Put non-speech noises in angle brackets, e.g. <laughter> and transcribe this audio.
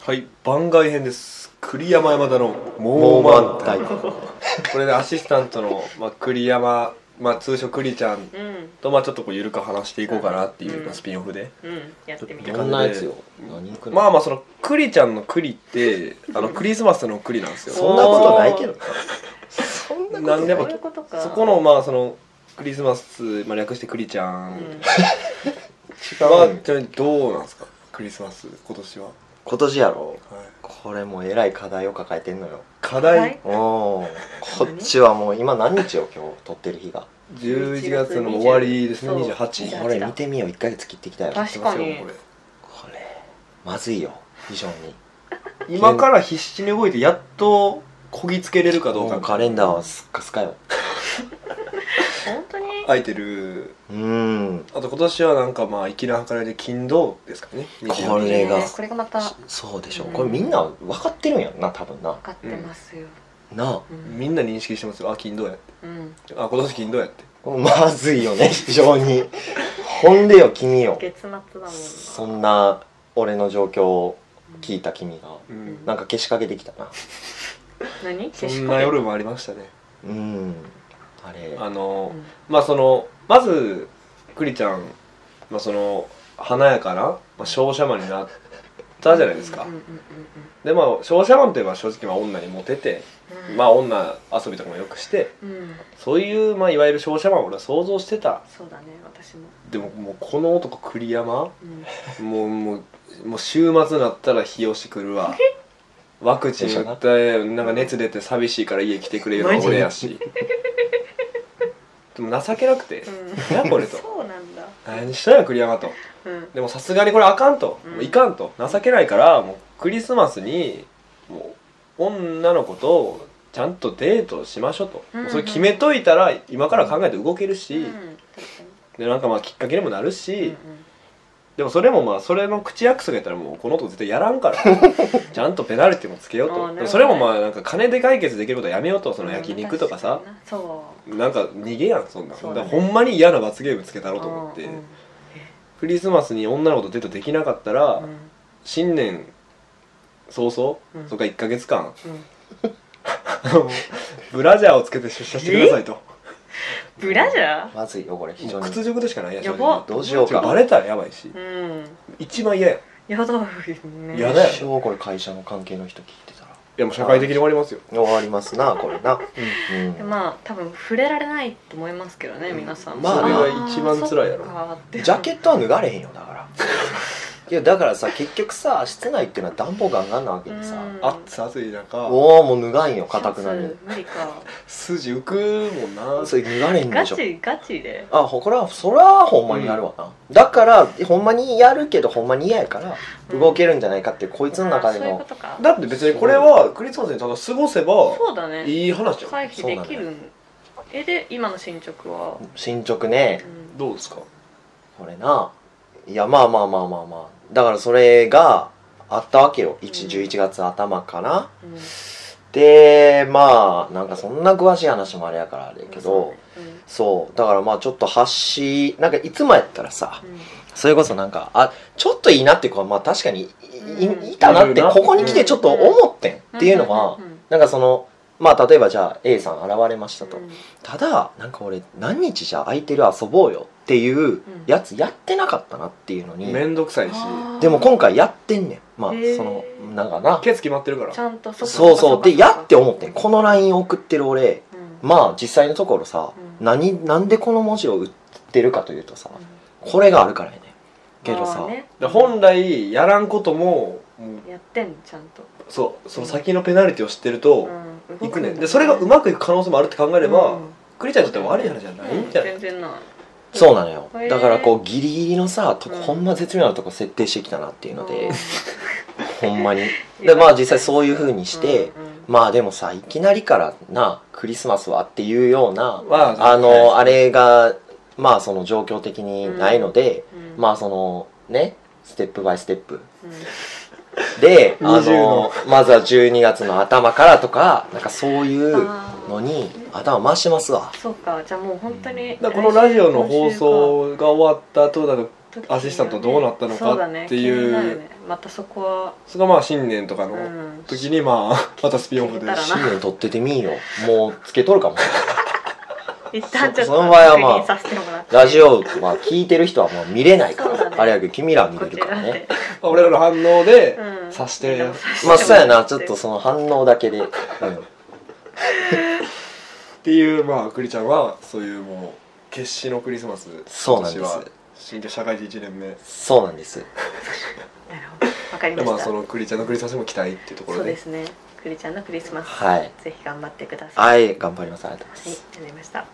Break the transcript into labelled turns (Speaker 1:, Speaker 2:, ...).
Speaker 1: はい番外編です栗山山田の猛
Speaker 2: もう満
Speaker 1: 満
Speaker 2: タ
Speaker 1: タ
Speaker 2: イ
Speaker 1: イこれでアシスタントの、まあ、栗山、まあ、通称栗ちゃん
Speaker 3: うん
Speaker 1: と、まあ、ちょっとこう緩く話していこうかなっていう、
Speaker 3: うん
Speaker 1: スピンオフで
Speaker 3: うんやってみた
Speaker 2: どんなやつよ何く
Speaker 1: まあまあその栗ちゃんの栗ってあのクリスマスの栗なんですよ
Speaker 2: そんなことないけどそんなこと
Speaker 1: なんで
Speaker 3: そ
Speaker 1: も
Speaker 3: ういうことか
Speaker 1: そこのまあそのクリスマス、まあ、略して栗ちゃ
Speaker 3: うんん
Speaker 1: は、ちなみにどうなんですかクリスマス今年は、
Speaker 2: 今年やろ
Speaker 1: はい、
Speaker 2: これもうえらい課題を抱えてんのよ
Speaker 1: 課題
Speaker 3: い
Speaker 2: おーこっちはもう今何日よ今日撮ってる日が
Speaker 1: 11月の終わりですね
Speaker 3: そう
Speaker 1: 28
Speaker 3: だ
Speaker 2: これ見てみよ1ヶ月切ってきたよこ
Speaker 3: 確かに
Speaker 1: これ
Speaker 2: れまずいよ非常に
Speaker 1: 今から必死に動いてやっとこぎつけれるかどう
Speaker 2: も
Speaker 1: か
Speaker 2: うカレンダーはすっかすかよ
Speaker 3: 本当に
Speaker 1: 空いてる
Speaker 2: うーん
Speaker 1: あと今年はなんかまあ粋な計らいで金土ですかね
Speaker 2: これが
Speaker 3: いいねこれがまた分
Speaker 2: そうでしょこれみんな分かってるんやんな多分な
Speaker 3: かってますよ
Speaker 2: なあ
Speaker 3: うん
Speaker 1: みんな認識してますよあ金土やって
Speaker 3: うん
Speaker 1: あ今年金土やって
Speaker 2: まずいよね <laughs> 非常にほんでよ君よ
Speaker 3: 月末だもんな
Speaker 2: そんな俺の状況を聞いた君が
Speaker 1: うん
Speaker 2: なんか消しかけてきたな
Speaker 3: 何
Speaker 1: そんな夜もありましたね
Speaker 2: うんあれ
Speaker 1: あの
Speaker 3: うん
Speaker 1: まあそのまずクリちゃん、まあ、その華やかな、まあ、商社マンになったじゃないですか、
Speaker 3: うんうんうん
Speaker 1: でまあ商社マンといえば正直まあ女にモテて、
Speaker 3: うん
Speaker 1: まあ女遊びとかもよくして
Speaker 3: うん
Speaker 1: そういう、まあ、いわゆる商社マンを俺は想像してた
Speaker 3: そうだね私も
Speaker 1: でももうこの男栗山
Speaker 3: うん
Speaker 1: もうもうもう週末になったら日吉来るわワクチン打ってなんか熱出て寂しいから家来てくれるの
Speaker 3: マジ
Speaker 1: 俺やしでも情けなくて
Speaker 3: うん
Speaker 1: 何やこれと
Speaker 3: そうなんだ
Speaker 1: 何したんや栗山と
Speaker 3: うん
Speaker 1: でもさすがにこれあかんと、
Speaker 3: うん
Speaker 1: もういかんと情けないからもうクリスマスにもう女の子とちゃんとデートしましょうと、
Speaker 3: うんうん
Speaker 1: それ決めといたら今から考えて動けるし、
Speaker 3: うん確か
Speaker 1: でなんかまあきっかけにもなるし、
Speaker 3: にうん
Speaker 1: でもそれもまあそれの口約束やったらもうこの男絶対やらんからちゃんとペナルティもつけよう
Speaker 3: あーな
Speaker 1: と
Speaker 3: るほどね
Speaker 1: でもそれもまあなんか金で解決できることはやめようとそ
Speaker 3: うん
Speaker 1: の焼肉とかさ
Speaker 3: 確、に
Speaker 1: な
Speaker 3: なそ
Speaker 1: んか逃げやんそんなん
Speaker 3: そうだね
Speaker 1: だからほんまに嫌な罰ゲームつけた
Speaker 3: う
Speaker 1: ろうと思って、
Speaker 3: うんうん
Speaker 1: クリスマスに女の子とデートできなかったら、
Speaker 3: うん
Speaker 1: 新年早々、
Speaker 3: うん
Speaker 1: そっか1か月間
Speaker 3: うん
Speaker 1: <laughs> ブラジャーをつけて出社してくださいと
Speaker 3: ブラジャー
Speaker 2: まずいよこれ非
Speaker 1: も
Speaker 2: 常
Speaker 1: う
Speaker 2: に
Speaker 1: 屈辱でしかないやん
Speaker 3: やば
Speaker 2: どうしよう
Speaker 1: 正直
Speaker 2: か
Speaker 1: バレたらやばいし
Speaker 3: うん
Speaker 1: 一番嫌やんい
Speaker 3: やだよね
Speaker 1: やだよ
Speaker 2: 一生これ会社の関係の人聞いてたら
Speaker 1: やもう社会的に終わりますよ
Speaker 2: 終わりますなこれなうん
Speaker 3: でまあ多分触れられないと思いますけどね皆さんも
Speaker 2: まあそれ
Speaker 1: が一番辛いやろ
Speaker 3: あーそっかって
Speaker 2: ジャケットは脱がれへんよだ <laughs> からいやだからさ結局さ室内っていうのは暖房ガンガンなわけでさ
Speaker 3: うん
Speaker 1: あっつ暑い中
Speaker 2: おおもう脱がんよかたくな
Speaker 3: シ
Speaker 2: に
Speaker 3: ャツ無理か
Speaker 1: 筋浮くもんな
Speaker 2: それ脱がれん
Speaker 3: ガ
Speaker 2: でしょ
Speaker 3: チガチで
Speaker 2: あほこれはそらほんまにやるわな、だからほんまにやるけどほんまに嫌やから
Speaker 3: うん
Speaker 2: 動けるんじゃないかっていうこいつの中で
Speaker 3: あーそういうこ
Speaker 2: の
Speaker 3: とか
Speaker 1: だって別にこれはクリスマスにただ過ごせば
Speaker 3: そうだね
Speaker 1: いい話じゃん
Speaker 3: 回避できるんえで今の進捗は
Speaker 2: 進捗ね
Speaker 3: うん
Speaker 1: どうですか
Speaker 2: これないやまあまあまあまあまあだからそれがあったわけよ1 11月頭かな
Speaker 3: うん
Speaker 2: でまあなんかそんな詳しい話もあれやからあれやけどそうだからまあちょっと発しなんかいつもやったらさ
Speaker 3: うんうん
Speaker 2: それこそなんかあちょっといいなっていう子はまあ確かにい,い、
Speaker 3: うん
Speaker 2: いたなっ
Speaker 1: いる
Speaker 2: て
Speaker 1: な
Speaker 2: ここに来てちょっと思ってんっていうのは
Speaker 3: んん
Speaker 2: なんかそのまあ例えばじゃあ A さん現れましたと
Speaker 3: うん
Speaker 2: ただなんか俺何日じゃ空いてる遊ぼうよっていうやつやってなかったなっていうのに
Speaker 1: 面倒くさいし
Speaker 3: あー
Speaker 2: でも今回やってんねんまあ
Speaker 3: へー
Speaker 2: そのなんかな
Speaker 1: ケツ決まってるから
Speaker 3: ちゃんとっか
Speaker 2: そう
Speaker 3: っ
Speaker 2: そう
Speaker 3: かっ
Speaker 2: で
Speaker 3: か
Speaker 2: やって思ってんこの LINE 送ってる俺
Speaker 3: うん
Speaker 2: まあ実際のところさ、
Speaker 3: うん
Speaker 2: 何なんでこの文字を打ってるかというとさ
Speaker 3: うん
Speaker 2: これがあるからやねけど
Speaker 3: ま
Speaker 2: さ、
Speaker 3: あね
Speaker 1: で本来やらんことももう
Speaker 3: やってんちゃんと
Speaker 1: そうその先のペナルティを知ってると
Speaker 3: うん
Speaker 1: い
Speaker 3: 動
Speaker 1: く
Speaker 3: んだ
Speaker 1: ねでそれがうまくいく可能性もあるって考えれば、
Speaker 3: うん
Speaker 1: クリちゃんにとっては悪い話じゃないんじゃない、
Speaker 3: 全然ない
Speaker 2: そうなのよ
Speaker 3: へー
Speaker 2: だからこうギリギリのさとこ、
Speaker 3: うん
Speaker 2: ほんま絶妙なとこ設定してきたなっていうので、ほんま
Speaker 3: <laughs>
Speaker 2: に
Speaker 3: うん
Speaker 2: でまあ実際そういう風にして、
Speaker 3: うんうん
Speaker 2: まあでもさいきなりからなクリスマスはっていうような
Speaker 1: は
Speaker 2: あのあれがまあその状況的にないので、
Speaker 3: うん
Speaker 2: まあそのねステップバイステップ
Speaker 3: うん <laughs>
Speaker 2: であ
Speaker 1: 20の
Speaker 2: のまずは12月の頭からとかなんかそういう
Speaker 3: あー
Speaker 2: のに頭回してますわ
Speaker 3: そうかじゃあもう本当に
Speaker 1: だからこのラジオの
Speaker 3: 来週
Speaker 1: 放送が終わった後だから
Speaker 3: 時
Speaker 1: アシスタントどうなったのか
Speaker 3: そうだね
Speaker 1: っていう
Speaker 3: 気になるねまたそこは
Speaker 1: それがまあ新年とか
Speaker 3: う
Speaker 1: の
Speaker 3: ん
Speaker 1: 時にまあまたスピンオフで
Speaker 3: 聞いたらな
Speaker 2: 新年取っててみんよもうつけとるかも
Speaker 3: 一旦ちょっと
Speaker 2: そその場合はまあ
Speaker 3: 確認させてもらって
Speaker 2: ラジオまあ聞いてる人はもう見れないから、
Speaker 3: そうだね
Speaker 2: あれやけど君らは見
Speaker 3: こ
Speaker 2: れる
Speaker 3: ち
Speaker 2: からら
Speaker 3: で
Speaker 2: ね
Speaker 1: まあ俺らの反応で
Speaker 3: うん
Speaker 1: 察して
Speaker 3: でも察して
Speaker 2: まあそうやなちょっとその反応だけで、うん、
Speaker 1: っていうまあクリちゃんはそういうもう決死のクリスマス
Speaker 2: そうなんです
Speaker 1: 今年は新居社会人1年目
Speaker 2: そうなんです
Speaker 3: なるほどわかりま
Speaker 1: で
Speaker 3: した、
Speaker 1: まあそのクリちゃんのクリスマスも期待っていうとこ
Speaker 3: そ
Speaker 1: ろ
Speaker 3: うで
Speaker 1: です
Speaker 3: ねクリちゃんのクリスマス
Speaker 2: はい
Speaker 3: ぜひ頑張ってください
Speaker 2: はい頑張りますありがとうございます
Speaker 3: はい、わかりました